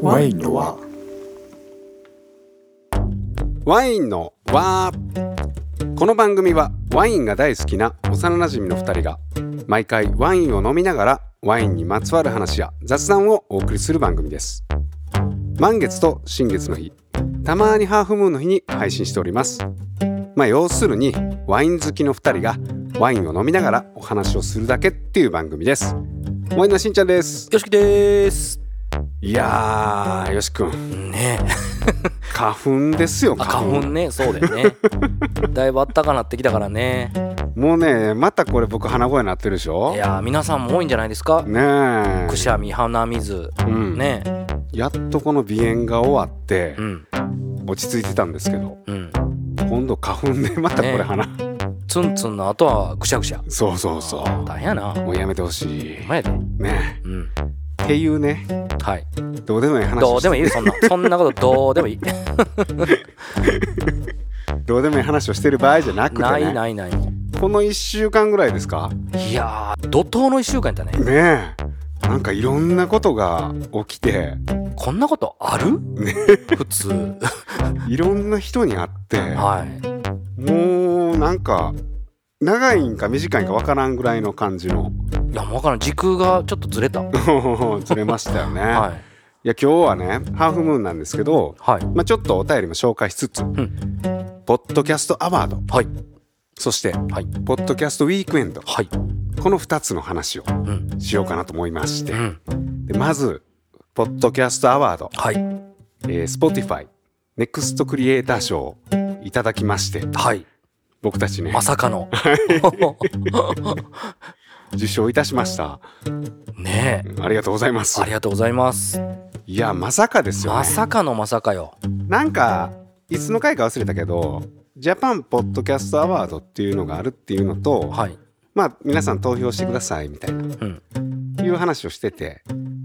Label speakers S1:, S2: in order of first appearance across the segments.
S1: ワインの輪
S2: ワインのわーこの番組はワインが大好きな幼なじみの2人が毎回ワインを飲みながらワインにまつわる話や雑談をお送りする番組です満月と新月の日たまにハーフムーンの日に配信しておりますまあ要するにワイン好きの2人がワインを飲みながらお話をするだけっていう番組ですワインのしんちゃんです
S3: よしきです。
S2: いやーよしくん
S3: ねえ。
S2: 花粉ですよ
S3: あ、花粉ね、そうだよ ね。だいぶあったかなってきたからね。
S2: もうねまたこれ僕鼻声になってるでしょ
S3: いやー、皆さんも多いんじゃないですか。
S2: ねえ
S3: くしゃみ、鼻水。
S2: うん
S3: ねえ。
S2: やっとこの鼻炎が終わって
S3: うん。
S2: 落ち着いてたんですけど
S3: うん。
S2: 今度花粉でまたこれ
S3: ね
S2: 鼻、
S3: ツンツンの後はくしゃくしゃ。
S2: そうそうそ
S3: 大変やな。
S2: うもうやめてほしい
S3: 前で。
S2: ね
S3: うん。
S2: えっていうね
S3: はい。
S2: どうでもいい話
S3: どうでも
S2: い
S3: いいよそんな。そんなことどうでも いい。
S2: どうでもいい話をしてる場合じゃなくて、ね、
S3: ないないない。
S2: この1週間ぐらいですか
S3: いやー、怒涛の一週間やったね。
S2: ねえなんかいろんなことが起きて
S3: こんなことある普通。
S2: いろんな人に会って、
S3: はい。
S2: もうなんか長いんか短いんかわからんぐらいの感じの
S3: いや、もうわからん。時空がちょっとずれた。はい。
S2: ずれましたよね、
S3: はい
S2: や今日はねハーフムーンなんですけど、
S3: い。
S2: まあ、ちょっとお便りも紹介しつつ、ポッドキャストアワード
S3: はい。
S2: そして
S3: はい。
S2: ポッドキャストウィークエンド
S3: はい。
S2: この2つの話を
S3: うん。
S2: しようかなと思いまして、
S3: うん。
S2: でまずポッドキャストアワード、
S3: はい。
S2: えー、Spotify ネクストクリエイター賞をいただきまして
S3: はい。
S2: 僕たちね
S3: まさかの。
S2: 受賞いたしました
S3: ね
S2: ありがとうございます
S3: え。ありがとうございます。
S2: いやまさかですよ、ね、
S3: まさかのまさかよ。
S2: なんかいつの回か忘れたけどジャパンポッドキャストアワードっていうのがあるっていうのと、
S3: はい。
S2: まあ皆さん投票してくださいみたいな、
S3: うん
S2: いう話をしてて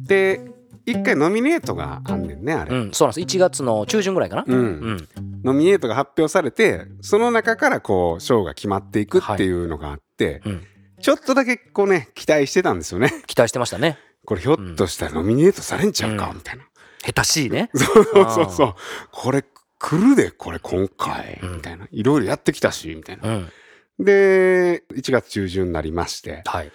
S2: で一回ノミネートがあんねんねあ
S3: う
S2: れ、
S3: ん、そうなんです。1月の中旬ぐらいかな。
S2: うん
S3: うん。
S2: ノミネートが発表されてその中からこう賞が決まっていくっていうのがあって、
S3: うん。
S2: ちょっとだけこうね期待してたんですよね
S3: 期待してましたね。
S2: これひょっとしたらノミネートされんちゃうか、
S3: うん
S2: みたいな、
S3: 下手しいね。
S2: そうそうそ
S3: あ
S2: うこれ来るでこれ今回、
S3: うん
S2: みたいないろいろやってきたしみたいな
S3: うん。
S2: で1月中旬になりまして、
S3: はい。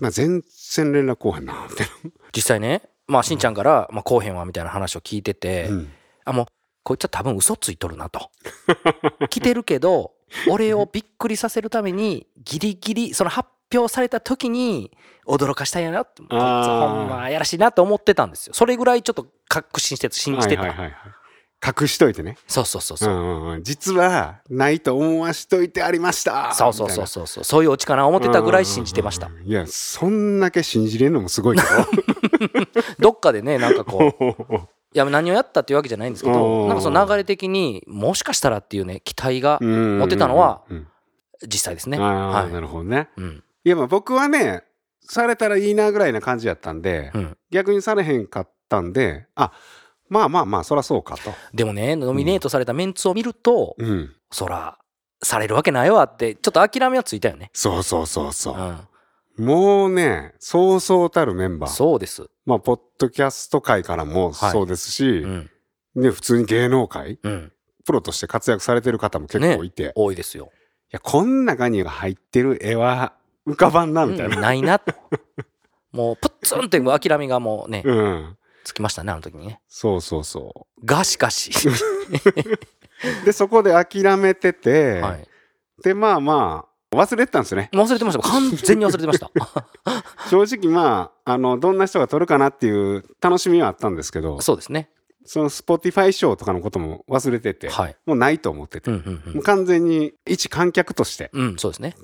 S2: まあ、全然連絡来へんなみたい
S3: 実際ね、まあ、しんちゃんから、まあ、こうへんわみたいな話を聞いて
S2: な、
S3: て、
S2: うん
S3: あ、もう、こいつは多分嘘ついとるなと。 来てるけど、俺をびっくりさせるために、ギリギリ、その発表された時に、驚かしたいやなって、こいつほんまやらしいなと思ってたんですよ。それぐらいちょっと確信して、信じてた。
S2: はいはいはいはい、隠しといてね、
S3: そうそうそう
S2: う
S3: そう。
S2: んうんうん、実はないと思わしといてありました
S3: そうそうそうそうそうそういうオチかな思
S2: み
S3: ったて
S2: いな
S3: たぐらい信じてました
S2: うんうんうんいやそんだけ信じれるのもすごいけ
S3: どっかでねなん かこう
S2: ど
S3: いや何をやったっていうわけじゃないんですけ
S2: うんうんうん
S3: どなんかその流れ的にもしかしたらっていうね期待が
S2: 持
S3: ってたのは
S2: うん
S3: 実際ですね
S2: ああ、
S3: は
S2: なるほどね
S3: いうん
S2: いやまあ僕はねされたらいいなぐらいな感じやったんで、
S3: うん
S2: 逆にされへんかったんであまあまあまあそらそうかと、
S3: でもねノミネートされたメンツを見ると
S2: うん、
S3: そらされるわけないわってちょっと諦めはついたよね
S2: そうそうそうそう
S3: う、ん
S2: もうね、そうそうたるメンバー。
S3: そうです
S2: まあ、ポッドキャスト界からも
S3: はい
S2: そうですし、
S3: うん
S2: ね、普通に芸能界、
S3: うん
S2: プロとして活躍されてる方も結構いて、い
S3: 多いですよ
S2: や、こん中に入ってる絵は浮かばんな、みたい
S3: うん
S2: な。
S3: ないなともうプッツンっていう諦めがもうね
S2: うん。
S3: つきましたねあの時にね
S2: そうそうそ
S3: がしかし
S2: う。で、そこで諦めてて、
S3: はい
S2: で、まあまあ、忘れてたんですよね。
S3: 忘れてました完全に忘れてました
S2: 正直まあ、あの、どんな人が撮るかなっていう楽しみはあったんですけど、
S3: そうですね
S2: その Spotify 賞とかのことも忘れてて、
S3: はい
S2: もうないと思ってて、
S3: うんうん
S2: もう完全に一観客として、
S3: うん、うん、そうですね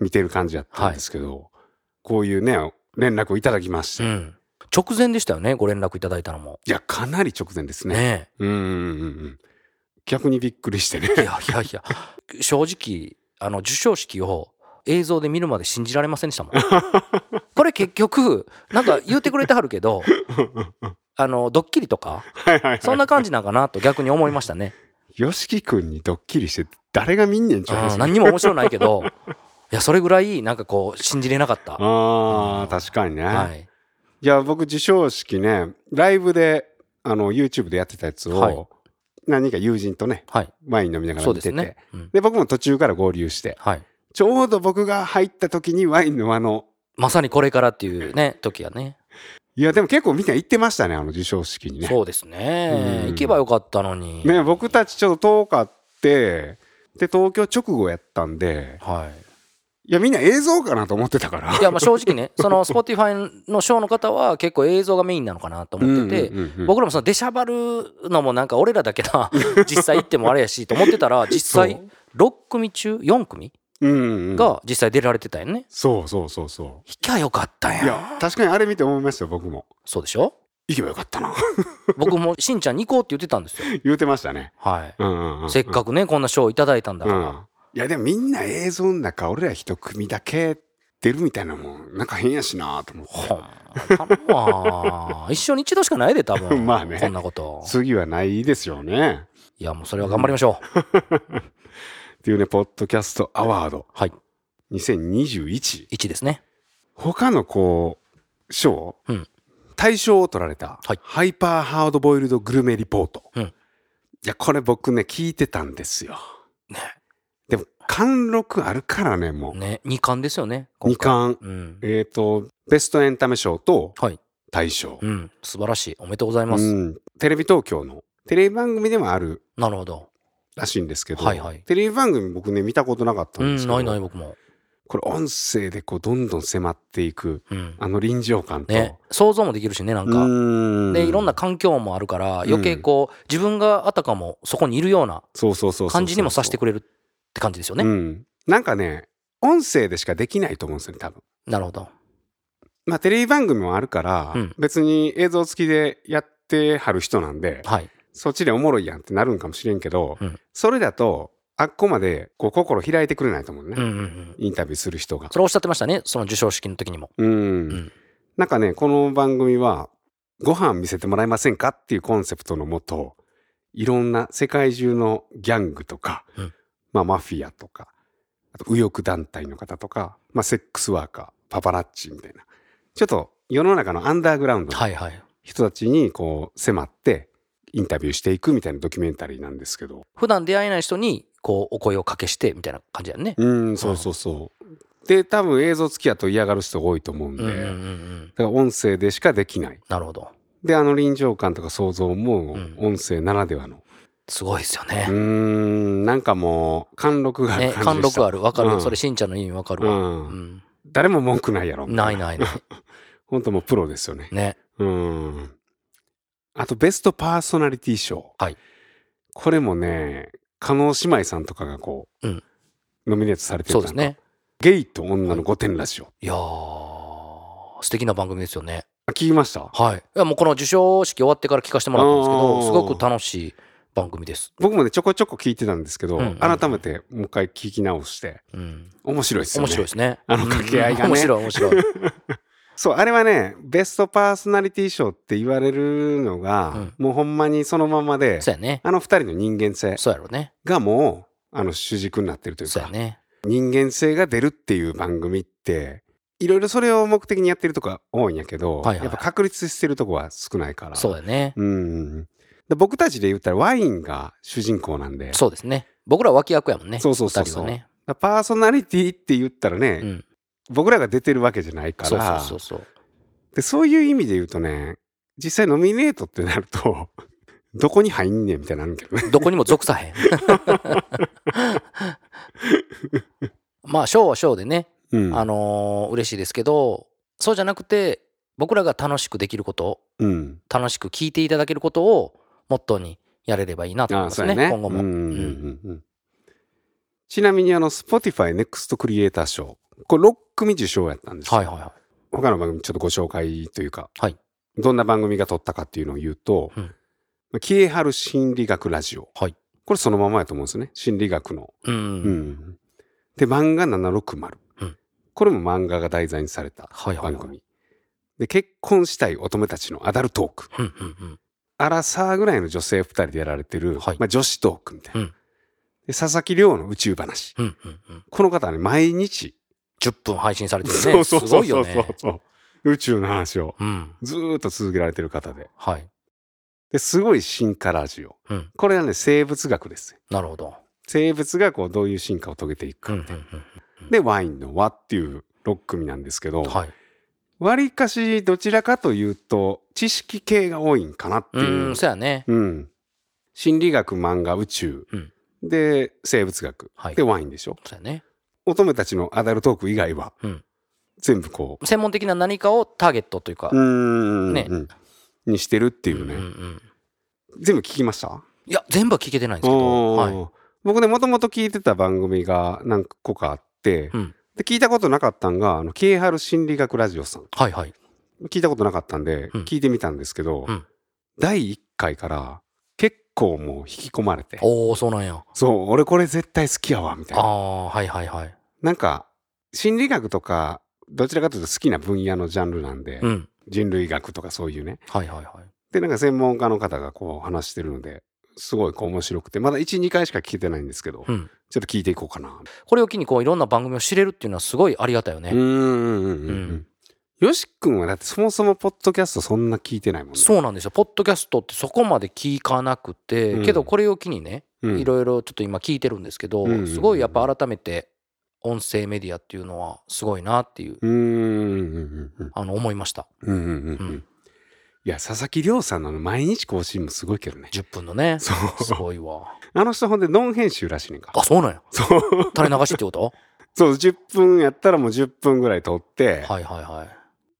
S2: 見てる感じやったんですけど、こういうね連絡をいただきまし
S3: う
S2: て、い
S3: ん直前でしたよねご連絡いただいたのも
S2: やかなり直前ですね
S3: ね
S2: うんうんうんうん逆にびっくりしてね
S3: え いやいやいや正直あの授賞式を映像で見るまで信じられませ んでしたもんこれ結局なんか言うてくれてはる けどあのドッキリとか
S2: はいはい、
S3: そん
S2: は
S3: な感じなんかなと逆に思いましたね、
S2: い、よしき君にドッキリして誰が見んねんち
S3: う
S2: ょ
S3: ん、何にも面白ないけどいやそれぐらいなんかこう信じれなかった
S2: あー確かにね、、
S3: はいい
S2: や僕授賞式ねライブであの YouTube でやってたやつを、
S3: はい
S2: 何人か友人とね
S3: はい。
S2: ワイン飲みながら
S3: そう
S2: 見
S3: で
S2: てて
S3: す
S2: で,、
S3: ね。うん
S2: 僕も途中から合流して
S3: はい。
S2: ちょうど僕が入った時にワインのあの
S3: まさにこれからっていうね、時やね。
S2: いやでも結構みんな行ってましたねあの授賞式にね。
S3: そうですね。
S2: うん
S3: 行けばよかったのに。
S2: ね僕たちちょっと遠かってで東京直後やったんで
S3: はい
S2: やみんな映像かなと思ってたから
S3: い。いや、まあ正直ね、その Spotify のショーの方は結構映像がメインなのかなと思ってて、
S2: うんうんうんうん
S3: 僕らもその出しゃばるのもなんか俺らだけだ 実際行ってもあれやしと思ってたら実
S2: そ
S3: 際
S2: う
S3: 6組中4組
S2: うんうん
S3: が実際出られてたよね
S2: そうそうそうそ
S3: 行きゃよかったん
S2: うい
S3: や
S2: や確かにあれ見て思いましたよ僕も
S3: そうでしょ
S2: 行けばよかったな
S3: 僕もしんちゃんに行こうって言ってたんですよ
S2: 言うてましたね
S3: はい
S2: うんうんうん
S3: せっかくねこんな賞をいただいたんだから
S2: いやでもみんな映像の中俺ら一組だけ出るみたいなのもなんか変やしなと思って
S3: ほんま頼むわ一生に一度しかないで多 分
S2: まあね
S3: こんなこと
S2: 次はないですよね
S3: いやもうそれは頑張りましょう
S2: っていうねポッドキャストアワード
S3: はい
S2: 2021
S3: 1ですね
S2: 他のこう賞、
S3: うん
S2: 大賞を取られた、
S3: はい
S2: ハイパーハードボイルドグルメリポート、
S3: うん
S2: いやこれ僕ね聞いてたんですよ
S3: ね
S2: でも貫禄あるからねも
S3: ね2冠ですよね
S2: う
S3: 今
S2: 2
S3: 回
S2: 冠
S3: うん
S2: えっ、とベストエンタメ賞と
S3: はい
S2: 大賞、
S3: うん素晴らしいおめでとうございます
S2: うん、テレビ東京のテレビ番組でもある
S3: なるほど
S2: らしいんですけど、
S3: はいはい
S2: テレビ番組僕ね見たことなかった
S3: うんん
S2: ですけど、
S3: ないない僕も
S2: これ音声でこうどんどん迫っていく
S3: うん
S2: あの臨場感と、
S3: ね想像もできるしねなん
S2: う
S3: か
S2: ーん
S3: でいろんな環境もあるから余計
S2: うん
S3: こう自分があたかもそこにいるような
S2: そうそうそうそうそう
S3: 感じにもさせてくれるって感じですよ
S2: う
S3: ね
S2: ん、なんかね音声でしかできないと思うんですよね多分。
S3: なるほど
S2: まあテレビ番組もあるから、
S3: うん
S2: 別に映像付きでやってはる人なんで、
S3: はい
S2: そっちでおもろいやんってなるんかもしれんけど、
S3: うん
S2: それだとあっこまでこう心開いてくれないと思うね、
S3: うんうんうん
S2: インタビューする人が
S3: そ。れおっしゃってましたねその授賞式の時にも
S2: うん
S3: ん
S2: なんかねこの番組は「ご飯見せてもらえませんか?」っていうコンセプトのもといろんな世界中のギャングとか、
S3: うん
S2: まあ、マフィアとかあと右翼団体の方とか、まあ、セックスワーカーパパラッチみたいなちょっと世の中のアンダーグラウンドの
S3: はいはい
S2: 人たちにこう迫ってインタビューしていくみたいなドキュメンタリーなんですけど
S3: 普段出会えない人にこうお声をかけしてみたいな感じだよね。
S2: うんそうそうそう。で多分映像付きやと嫌がる人が多いと思うんで、
S3: うんうんうんう
S2: だ
S3: ん、
S2: から音声でしかできない。
S3: なるほど
S2: であの臨場感とか想像
S3: う
S2: も
S3: ん
S2: 音声ならではの、
S3: すごいですよ
S2: うー
S3: ね。
S2: んなんかもう貫禄がある
S3: ね
S2: 感じ
S3: 貫
S2: でした、
S3: 禄あるわかる、
S2: うん
S3: それしんちゃんの意味わかるわ、
S2: う
S3: うんん
S2: 誰も文句ないやろ
S3: ないないない
S2: 本当もうプロですよね
S3: ね
S2: うんあとベストパーソナリティ賞、
S3: はい
S2: これもね加納姉妹さんとかがこう、
S3: うん
S2: ノミネートされてた
S3: そ
S2: の
S3: うですね
S2: ゲイと女の御殿ラジオ、
S3: いやー素敵な番組ですよね
S2: あ聞きました
S3: はいいやもうこの授賞式終わってから聞かせてもらったんですけ
S2: あ
S3: ど
S2: ー
S3: すごく楽しい番組です、
S2: 僕もねちょこちょこ聞いてたんですけど、
S3: うんうん
S2: 改めてもう一回聞き直して
S3: うん、
S2: 面白いですよね
S3: 面白いですね
S2: あの掛け合いがね
S3: うん面白い面白い、
S2: そうあれはねベストパーソナリティ賞って言われるのが、
S3: うん
S2: もうほんまにそのままで
S3: そうやね
S2: あの二人の人間性
S3: そうやろうね
S2: がもうあの主軸になってるという
S3: そうや
S2: か
S3: ね
S2: 人間性が出るっていう番組っていろいろそれを目的にやってるとこは多いんやけど、
S3: はいはい
S2: やっぱ確立してるとこは少ないから
S3: そうやね、
S2: うんで僕たちで言ったらワインが主人公なんで
S3: そうですね僕らは脇役やもんね
S2: そうそうそう
S3: 二
S2: そう
S3: 人はね、
S2: パーソナリティって言ったらね、
S3: うん、
S2: 僕らが出てるわけじゃないから
S3: そうそうそうそう
S2: でそういう意味で言うとね実際ノミネートってなると どこに入んねんみたいになるけどね
S3: どこにも属さへん まあ賞は賞でね、
S2: うん
S3: あのー嬉しいですけどそうじゃなくて僕らが楽しくできること
S2: うん
S3: 楽しく聞いていただけることをモットーにやれればいいなと思い
S2: あ
S3: ま
S2: そ
S3: す
S2: う
S3: ね
S2: やね
S3: 今後も、
S2: うんうん
S3: う
S2: うんんうんちなみにあの Spotify Next クリエイター賞これ6組受賞やったんですよ
S3: はいはいは
S2: 他の番組ちょっとご紹介というか、
S3: はい
S2: どんな番組が撮ったかっていうのを言うと
S3: うん
S2: 「消えはる心理学ラジオ」
S3: はい
S2: これそのままやと思うんですよね心理学の。
S3: い、うん
S2: うんで漫画760、
S3: うん
S2: これも漫画が題材にされた
S3: はいはい
S2: 番
S3: はい
S2: 組。で結婚したい乙女たちのアダルトーク
S3: うんうんうん
S2: アラサーぐらいの女性2人でやられてる、
S3: はい
S2: まあ、女子トークみたいな、
S3: うん
S2: で佐々木亮の宇宙話
S3: うんうんうん
S2: この方はね毎日、
S3: 10分配信されてる ね
S2: そうそうそう
S3: すごい
S2: そ
S3: よ
S2: うそう
S3: ね
S2: 宇宙の話を
S3: うん
S2: ずーっと続けられてる方で
S3: はい
S2: ですごい進化ラジオ
S3: うん。
S2: これはね生物学です
S3: なるほど。
S2: 生物がこうどういう進化を遂げていくか
S3: うんう
S2: みたいな、
S3: ん
S2: でワインの和っていう6組なんですけど、
S3: うん。はい。
S2: わりかしどちらかというと知識系が多いんかなって
S3: う
S2: い
S3: ー、、
S2: うん
S3: そうやね。
S2: うん、心理学漫画宇宙、
S3: うん
S2: で生物学、
S3: はい
S2: でワインでしょ
S3: そうやね。
S2: 乙女たちのアダルトーク以外は、
S3: うん
S2: 全部こ
S3: 専門的な何かをターゲットというか。
S2: ううーん、
S3: ね
S2: うんにしてるっていう
S3: うん
S2: ね、
S3: うん
S2: 全部聞きました
S3: いや、全部は聞けてないんですけど。
S2: お
S3: はい。
S2: ー僕ねもともと聞いてた番組が何個かあって、
S3: うん
S2: で聞いたことなかったんがあのケイハル心理学ラジオさん
S3: はいはい。
S2: 聞いたことなかったんで、
S3: うん
S2: 聞いてみたんですけど、
S3: うん
S2: 第1回から結構もう引き込まれて
S3: おおそうなんや。
S2: そう俺これ絶対好きやわみたい
S3: あ
S2: な
S3: あ、はいはいはい。
S2: なんか心理学とかどちらかというと好きな分野のジャンルなんで、
S3: うん。
S2: 人類学とかそういうね
S3: はいはいはい。
S2: でなんか専門家の方がこう話してるのですごいこう面白くてまだ12回しか聞けてないんですけど、
S3: うん。
S2: ちょっと聞いていこうかな
S3: これを機にこういろんな番組を知れるっていうのはすごいありがたいよね。
S2: うんうんうんう
S3: うんん
S2: よし君はだってそもそもポッドキャストそんな聞いてないもんね。
S3: そうなんですよ。ポッドキャストってそこまで聞かなくて、
S2: うん
S3: けどこれを機にね、
S2: うん
S3: いろいろちょっと今聞いてるんですけど、
S2: うんうんうん
S3: すごいやっぱ改めて音声メディアっていうのはすごいなっていう、
S2: うんうんうんうん
S3: あの思いました。
S2: うんうんうんう
S3: うん
S2: ん。いや佐々木亮さんのあの毎日更新もすごいけどね。
S3: 10分のね。
S2: そう
S3: すごいわ。
S2: あの人ほんでノン編集らしいねんか。
S3: あ、そうなんや。
S2: そう
S3: 垂れ流しってこと
S2: そう10分やったらもう10分ぐらい撮って、
S3: はいはいはい。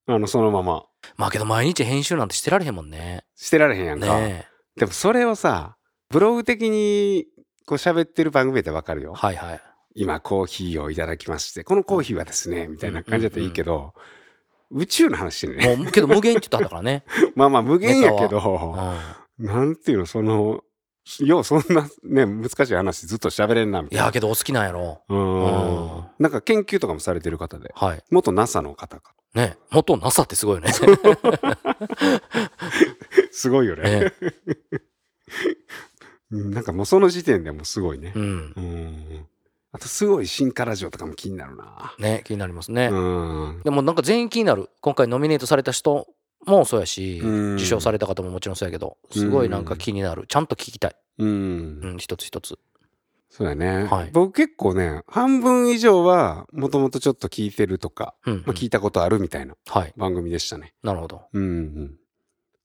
S2: あのそのまま
S3: まあけど毎日編集なんてしてられへんもんね。
S2: してられへんやんか。
S3: ねえ。
S2: でもそれをさブログ的にこう喋ってる番組ってわかるよ。
S3: はいはい。
S2: 今コーヒーをいただきましてこのコーヒーはですねみたいな感じだったらいいけど、宇宙の話してるね。
S3: もう、けど無限って言ったんだからね。
S2: まあまあ無限やけ
S3: ネタうん。
S2: ど、 なんていうの、その、ようそんなね、難しい話ずっと喋れんなみ
S3: い
S2: たいな。
S3: や、けどお好きなんやろ。
S2: うー
S3: うんん。
S2: なんか研究とかもされてる方で、
S3: はい。
S2: 元 NASA の方か。
S3: ね元 NASA ってすごいよね。
S2: すごいよね。
S3: ね
S2: うんなんかもうその時点でもうすごいね
S3: う。ん
S2: う。ん。あとすごい進化ラジオとかも気になるな。
S3: ね気になりますね。
S2: うん。
S3: でもなんか全員気になる。今回ノミネートされた人もそうやし、
S2: うん
S3: 受賞された方ももちろんそうやけど、すごいなんか気になる。ちゃんと聞きたい。
S2: う。
S3: うんん、一つ一つ。
S2: そうだね
S3: はい。
S2: 僕結構ね、半分以上はもともとちょっと聞いてるとか、
S3: うん、うん
S2: まあ聞いたことあるみたいな
S3: はい。
S2: 番組でしたね。
S3: なるほど。
S2: うんうん。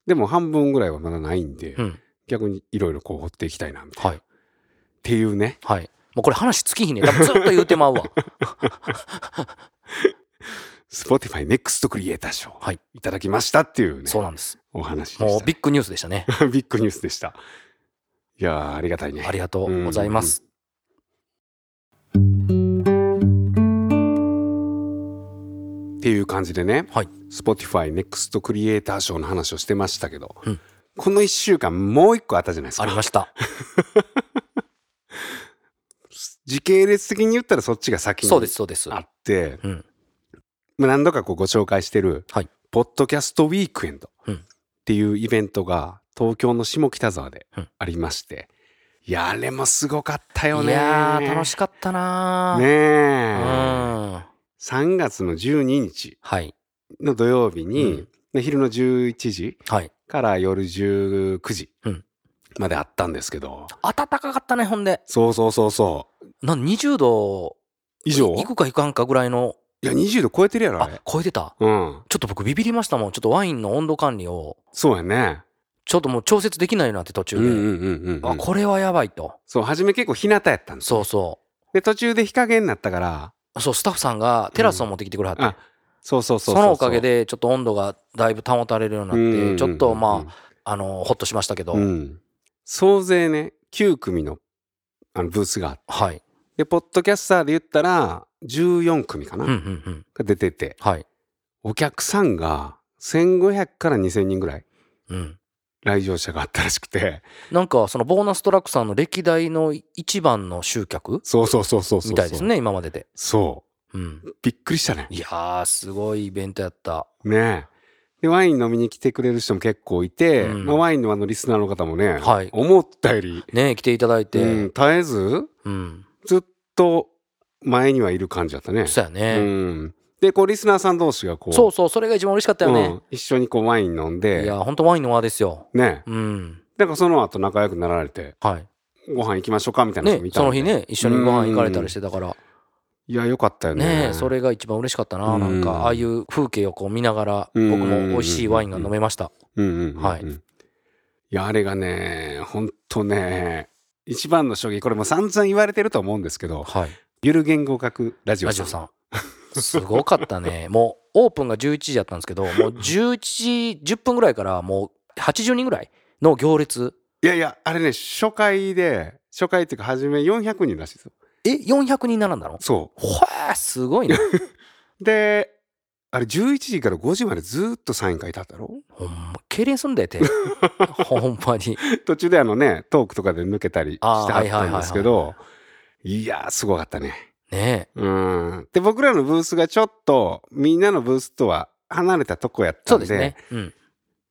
S2: でも半分ぐらいはまだないんで、
S3: うん。
S2: 逆にいろいろこう掘っていきたいなみたいな、
S3: はい
S2: っ。ていうね
S3: はい。もうこれ話尽きひんね。多分ずっと言うて まうわ。
S2: Spotify ネクストクリエイター賞、
S3: はい、
S2: ただきましたっていうね
S3: そうなんです。
S2: お話で
S3: もう
S2: し
S3: ビッグニュースでしたね。
S2: た ビッグニュースでしたいやーありがたいね
S3: ありがとうございます。
S2: っていう感じでね、
S3: はい
S2: Spotify ネクストクリエイター賞の話をしてましたけど、
S3: うん
S2: この1週間もう1個あったじゃないです
S3: あり
S2: か
S3: ました。
S2: 時系列的に言ったらそっちが先に
S3: そうです、そうです。
S2: あって、
S3: うん
S2: まあ何度かこうご紹介してる、
S3: はい
S2: ポッドキャストウィークエンド
S3: うん
S2: っていうイベントが東京の下北沢で
S3: うん
S2: ありまして、いやあれもすごかったよ
S3: い
S2: ね
S3: やー、楽
S2: し
S3: しかったなー。
S2: ね
S3: う
S2: え、
S3: ん。
S2: 3月の12日
S3: はい。
S2: の土曜日に、
S3: うん
S2: まあ昼の11時
S3: はい。
S2: から夜19時
S3: うん
S2: まであったんですけど、
S3: 暖かかったね、ほんで。
S2: そうそうそうそう
S3: なん20度
S2: 以上
S3: いくかいかんかぐらいの、
S2: いや20度超えてるやろあ
S3: あ
S2: れ
S3: 超えてた。
S2: うん
S3: ちょっと僕ビビりましたもん。ちょっとワインの温度管理を、
S2: そうやね
S3: ちょっともう調節できないようになって途中
S2: うん
S3: で。
S2: うんうんうん、うん
S3: あ、これはやばいと。
S2: そう初め結構日向やったんです
S3: そうそ
S2: で途中で日陰になったから
S3: う。そう、スタッフさんがテラスを持ってきてくれはって。
S2: あそうそうそう
S3: そのおかげでちょっと温度がだいぶ保たれるようになって、ちょっとま
S2: あ、
S3: あ、あのほっとしましたけど、
S2: うん総勢ね9組のあのブースがあって
S3: はい、
S2: でポッドキャスターで言ったら14組かな、
S3: うんうんうん、
S2: が出てて
S3: はい、
S2: お客さんが1500から2000人ぐらい
S3: うん、
S2: 来場者があったらしくて
S3: なんかそのボーナストラックさんの歴代の一番の集客
S2: そうそうそうそうそう
S3: みたいですね、今までで。
S2: そ
S3: うん、
S2: うびっくりしたね
S3: いやー、すごいイベントやった。
S2: ねえでワイン飲みに来てくれる人も結構いて、
S3: うん
S2: まあ、ワインのあのリスナーの方もね、
S3: はい
S2: 思ったより、
S3: ね来ていただいて、う
S2: うん
S3: ん、
S2: 絶えずずっと前にはいる感じだったね。
S3: そうやね、
S2: うん。でこうリスナーさん同士がこう
S3: そうそうそれが一番嬉しかったよ
S2: う
S3: ね
S2: ん、一緒にこうワイン飲ん
S3: い
S2: で
S3: や本当ワインの輪ですよ
S2: ね
S3: うん
S2: なんかその後仲良くなられて
S3: はい
S2: ご飯行きましょうかみたいな人も
S3: ね
S2: いた
S3: そ
S2: ん
S3: の
S2: で
S3: 日ね一緒にご飯行かれたりしてたから
S2: いやよかったよね
S3: ねえそれが一番嬉しかったななん
S2: うん
S3: かああいう風景をこう見ながら
S2: う
S3: 僕
S2: ん
S3: も美味しいワインが飲めました
S2: うんうんうんうん
S3: はい
S2: いやあれがねほんとね一番の将棋これも散々言われてると思うんですけど
S3: はい
S2: ゆる言語学ラジオ
S3: ラジオさんすごかったねもうオープンが11時だったんですけどもう11時10分ぐらいからもう80人ぐらいの行列
S2: いやいやあれね初回で初回っていうか初め400人らしいですよ
S3: え400人並んだの
S2: そ
S3: ほえすごいね
S2: うであれ11時から5時までずっとサイン会だったろ
S3: ほんま痙攣すんだよてほんまに
S2: 途中であのねトークとかで抜けたりして
S3: あー
S2: はったんですけどいやーすごかったね
S3: ねえ
S2: うんで僕らのブースがちょっとみんなのブースとは離れたとこやった
S3: そ
S2: ん
S3: う
S2: で
S3: ですねうん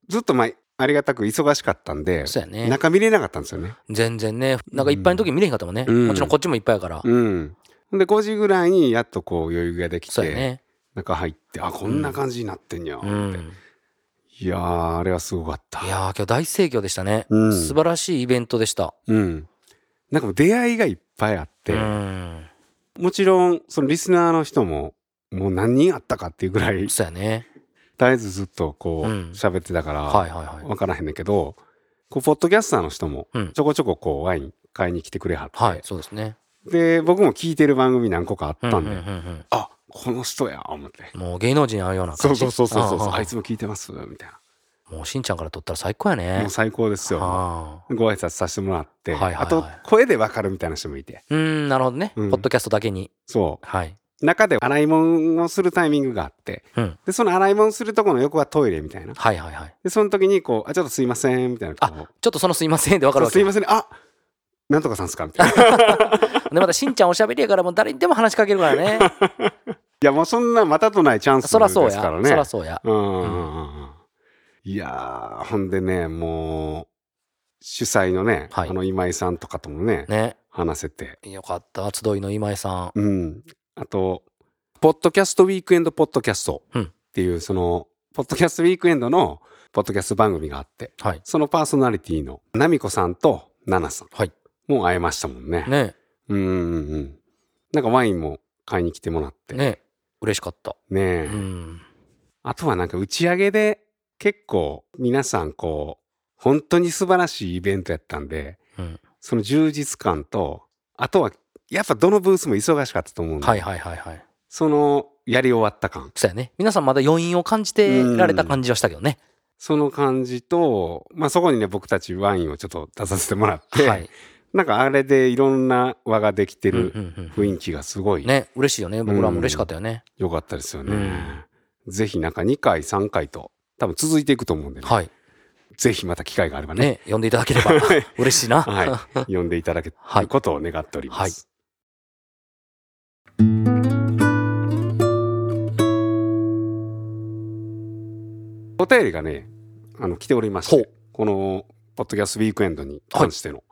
S2: ずっとまあありがたく忙しかったんで
S3: そうやね
S2: 中見れなかったんですよね
S3: 全然ねなんかいっぱいの時見れへんかったもんね、
S2: うん
S3: もちろんこっちもいっぱいやから、
S2: うんで5時ぐらいにやっとこう余裕ができ
S3: そうや
S2: て
S3: ね
S2: 中入ってあこんな感じになってんや
S3: うん
S2: いやーあれはすごかった
S3: いやー今日大盛況でしたね、
S2: うん
S3: 素晴らしいイベントでした
S2: うんなんかもう出会いがいっぱいあって、
S3: うん
S2: もちろんそのリスナーの人ももう何人あったかっていうぐらい絶
S3: そうやね
S2: えずずっとこう
S3: うん
S2: 喋ってたから、
S3: はいはいはい
S2: 分からへんねんけどこうポッドキャスターの人も
S3: うん
S2: ちょこちょここうワイン買いに来てくれはって、
S3: はいそうですね
S2: で僕も聞いてる番組何個かあったんで、
S3: うんうんうん
S2: あこの人や思 って
S3: うんもう芸能人に会うような
S2: そ
S3: 感
S2: う
S3: じ
S2: そうそうそうそうあ
S3: んんん
S2: いつも聞いてますみたい
S3: もうしんちゃんから撮ったら最高や
S2: な
S3: ね
S2: もう最高ですよ
S3: ああ
S2: ご挨拶させてもらって、
S3: はいはいは
S2: あ
S3: い
S2: と声で分かるみたいな人もいて
S3: うーんなるほどね、
S2: うん
S3: ポッドキャストだけに
S2: そ
S3: はいう
S2: 中で洗い物をするタイミングがあって
S3: うん
S2: でその洗い物するとこの横はトイレみたいな
S3: はいはいはい
S2: でその時にこう「あちょっとすいません」みたいなこう
S3: ちょっとそのすいませんで分か
S2: そう
S3: るわ
S2: す
S3: け
S2: いませんあなんとかさんですか」みた いない
S3: でまたしんちゃんおしゃべりやからもう誰にでも話しかけるから ね
S2: やもうそんなまたとないチャンスです
S3: そ
S2: かららね
S3: そうや、そらそうや
S2: うんうんうんうんいやーほんでねもう主催のね、
S3: はい
S2: あの今井さんとかともね
S3: ね
S2: 話せて
S3: よかった集いの今井さ
S2: うんあと「ポッドキャストウィークエンドポッドキャスト」
S3: うん
S2: っていうそのポッドキャストウィークエンドのポッドキャスト番組があって
S3: んはい
S2: そのパーソナリティの奈美子さんと奈々さん、
S3: はい
S2: もう会えましたもんね
S3: ね
S2: うんうんうんなんかワインも買いに来てもらってね
S3: ね嬉しかった
S2: え、
S3: うん
S2: あとはなんか打ち上げで結構皆さんこう本当に素晴らしいイベントやったんで
S3: うん
S2: その充実感とあとはやっぱどのブースも忙しかったと思うんで、
S3: はいはいはいはい
S2: そのやり終わった感
S3: そうやね皆さんまだ余韻を感じてられた感じはしたけどね
S2: その感じと、まあ、そこにね僕たちワインをちょっと出させてもらって、
S3: はい
S2: なんかあれでいろんな輪ができて
S3: うん
S2: る
S3: うんうん
S2: 雰囲気がすごい
S3: ね嬉しいよね僕らも嬉しかったよね
S2: 良かったですよね。
S3: うん
S2: ぜひなんか2回3回と多分続いていくと思うんで、ね
S3: はい
S2: ぜひまた機会があればね
S3: ね呼んでいただければ嬉しいな
S2: はい、 呼んでいただけ
S3: はい
S2: ることを願っております。お便りがね、あの来ておりまし
S3: ほ
S2: て、このポッドキャストウィークエンドに関しての、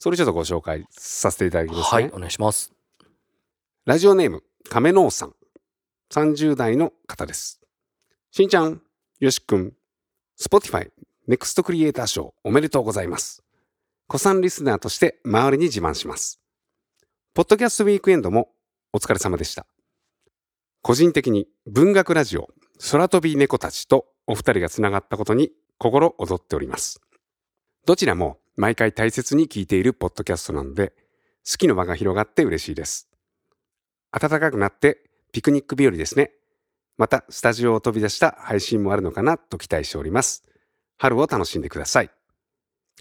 S2: それちょっとご紹介させていただきます
S3: は
S2: ね。
S3: いお願いします
S2: ラジオネーム、亀農さん。30代の方です。しんちゃん、よしくん、Spotify、ネクストクリエイター賞おめでとうございます。古参リスナーとして周りに自慢します。ポッドキャストウィークエンドもお疲れ様でした。個人的に文学ラジオ、空飛び猫たちとお二人がつながったことに心躍っております。どちらも毎回大切に聞いているポッドキャストなので、好きの輪が広がって嬉しいです。暖かくなってピクニック日和ですね。またスタジオを飛び出した配信もあるのかなと期待しております。春を楽しんでください。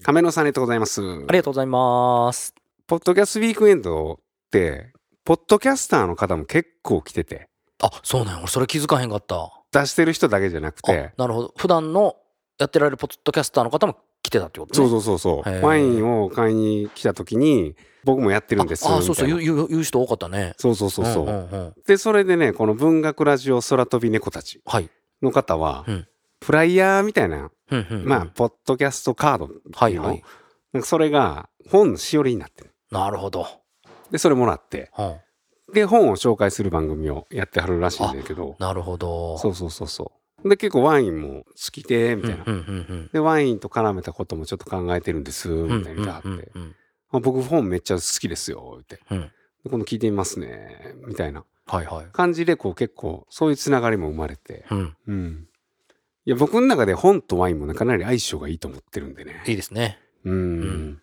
S2: 亀野さんありがとうございます。
S3: ありがとうございます
S2: ポッドキャストウィークエンドって、ポッドキャスターの方も結構来てて、
S3: あそうなんや俺それ気づかへんかったあ
S2: 出してる人だけじゃなくて、
S3: なるほど普段のやってられるポッドキャスターの方も来てたってこと
S2: そう
S3: ね
S2: そうそうそ
S3: へ
S2: う、
S3: ー
S2: ワインを買いに来た時に、僕もやってるんです
S3: ああそうそう
S2: み
S3: 言
S2: た
S3: う
S2: いな
S3: 言う言う人多かったね
S2: そうそうそうそう。
S3: んんうん
S2: で、それでね、この文学ラジオ空飛び猫たち
S3: はい
S2: の方は、
S3: うん
S2: フライヤーみたいな、
S3: うんうんうん
S2: まあ、ポッドキャストカード
S3: は
S2: ってい
S3: いう
S2: の、
S3: はい
S2: なんかそれが本のしおりになってる。
S3: なるほど
S2: で、それもらって、
S3: うん
S2: で本を紹介する番組をやってはるらしいんだけど
S3: なるほど。
S2: そうそうそうそうで結構ワインも好きでみ
S3: うん
S2: た
S3: う
S2: い
S3: ん
S2: な、
S3: うん
S2: でワインと絡めたこともちょっと考えてるんです
S3: うんう
S2: み
S3: んう
S2: たい
S3: ん
S2: なの
S3: うん
S2: があって、
S3: うん
S2: あ僕本めっちゃ好きですよって
S3: うん
S2: で今度聞いてみますねみたいな
S3: はいはい。
S2: 感じでこう結構そういうつながりも生まれて
S3: うん。
S2: うんいや僕の中で本とワインもねかなり相性がいいと思ってるんでね
S3: いいですね。
S2: うん、
S3: うん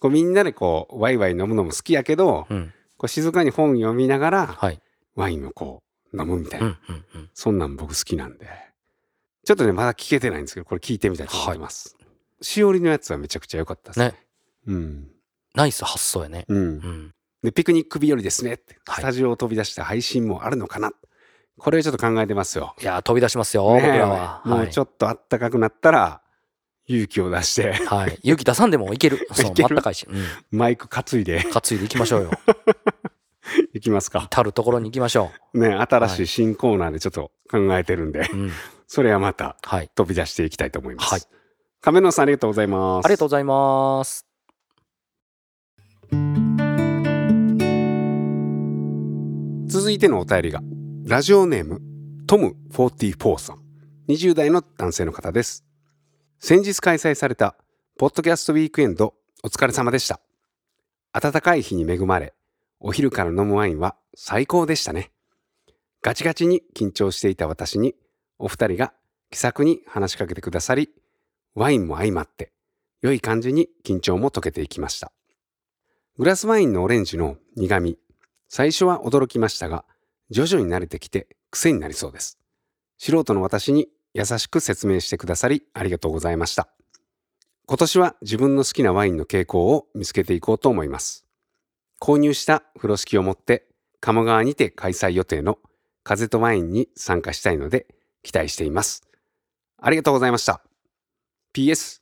S2: こうみんなでこうワイワイ飲むのも好きやけど
S3: うん。
S2: こう静かに本読みながら
S3: はい。
S2: ワインをこう飲むみたいうな、
S3: んうんうん。
S2: そんなん僕好きなんでちょっとねまだ聞けてないんですけどこれ聞いてみたいと思います、しおりのやつはめちゃくちゃ良かったですね
S3: ね。
S2: うん
S3: ナイス発想やね。
S2: うん
S3: うん。
S2: でピクニック日和ですねって
S3: はい
S2: スタジオを飛び出した配信もあるのかな、これちょっと考えてますよ
S3: いやー、飛び出しますよ、
S2: ねえ
S3: 僕らは。
S2: も
S3: は
S2: う
S3: い
S2: ちょっとあったかくなったら勇気を出して
S3: はい。勇気出さんで もいける。そう、
S2: いける
S3: あったかいし。うん。
S2: マイク担いで
S3: 担いでいきましょう よ。
S2: いきますか
S3: 至るところに行きましょ
S2: ね新しい新コーナーでちょっと考えてるんで、
S3: う。うん。
S2: それはまた
S3: はい。
S2: 飛び出していきたいと思います、
S3: はい
S2: 亀野さんありがとうございます
S3: ありがとうございます。
S2: 続いてのお便りがラジオネームトム44さん20代の男性の方です先日開催されたポッドキャストウィークエンドお疲れ様でした暖かい日に恵まれお昼から飲むワインは最高でしたねガチガチに緊張していた私にお二人が気さくに話しかけてくださりワインも相まって良い感じに緊張も解けていきましたグラスワインのオレンジの苦味最初は驚きましたが徐々に慣れてきて癖になりそうです素人の私に優しく説明してくださりありがとうございました今年は自分の好きなワインの傾向を見つけていこうと思います購入した風呂敷を持って鴨川にて開催予定の風とワインに参加したいので期待していますありがとうございました PS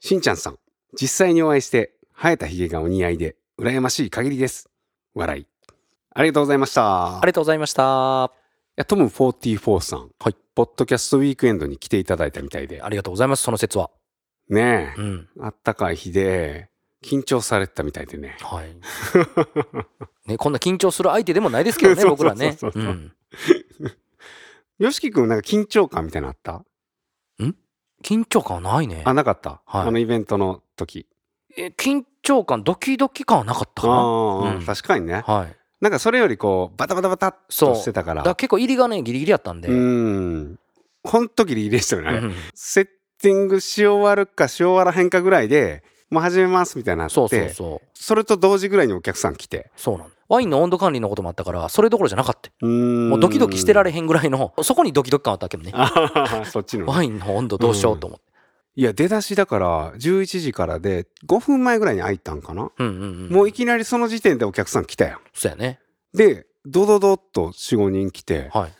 S2: しんちゃんさん実際にお会いして生えたひげがお似合いで羨ましい限りです笑いありがとうございました
S3: ありがとうございました。
S2: い
S3: あ
S2: やトム44さん、
S3: はい
S2: ポッドキャストウィークエンドに来ていただいたみたいで、
S3: りがとうございます、その説は。
S2: ねえ
S3: う、ん。
S2: あったかい日で、緊張されてたみたいでね。
S3: はい。 ね、こんな緊張する相手でもないですけどね、
S2: そう
S3: 僕
S2: そうそう
S3: らね。。
S2: そうそううんよしきくん、なんか緊張感みたいなのあった
S3: 緊張感はないね。
S2: あ、なかった、
S3: はい
S2: あのイベントの時。
S3: え緊張感、ドキドキ感はなかっ
S2: あ
S3: たかな。
S2: あ、
S3: うん
S2: 確かにね。
S3: はい。
S2: なんかそれよりこう、バタバタバタっ
S3: そう
S2: としてたか
S3: だ
S2: ら。
S3: から結構入りがね、ギリギリやったんで。
S2: うーん。ほんとギリギリでしたよね、あれ
S3: うん
S2: セッティングし終わるかし終わらへんかぐらいで、もう始めますみたいになって、
S3: そうそうそう。
S2: それと同時ぐらいにお客さん来て。
S3: そうなの。ワインの温度管理のこともあったから、それどころじゃなかった。
S2: うーん
S3: もうドキドキしてられ
S2: ん。
S3: へんぐらいの、そこにドキドキ感あったけどね。
S2: ああ、そっちのね
S3: ワインの温度どうしようと思って。
S2: いや出だしだから11時からで5分前ぐらいに開いたんかな、
S3: うんうんうん。
S2: もういきなりその時点でお客さん来たやん
S3: そうやね。
S2: でドドドっと45人来て
S3: はい。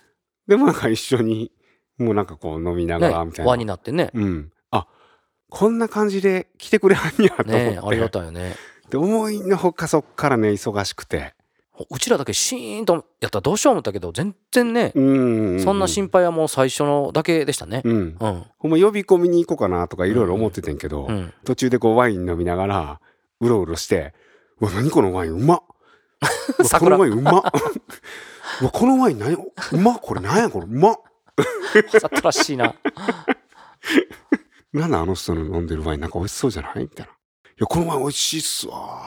S2: でもなんか一緒にもうなんかこう飲みながらみたい
S3: ね、輪
S2: な、
S3: になってね。
S2: うんあこんな感じで来てくれはんやと思って、
S3: ねえありがたいよね。
S2: で思いのほかそっからね忙しくて
S3: うちらだけシーンとやったらどうしよう思ったけど、全然ね、
S2: うんうんう
S3: そんな心配はもう最初のだけでしたね。
S2: うん
S3: うん。
S2: ほんま呼び込みに行こうかなとかいろいろ思っててんけど、
S3: うん。
S2: 途中でこうワイン飲みながらうろうろして「うわ何このワインうまっ!うわ」こ
S3: 桜
S2: のワインうまっうわこのワイン何うまっこれ何やこれうまっ
S3: さったら しいな。
S2: なんだあの人の飲んでるワインなんか美味しそうじゃないみたいな「いやこのワイン美味しいっすわ」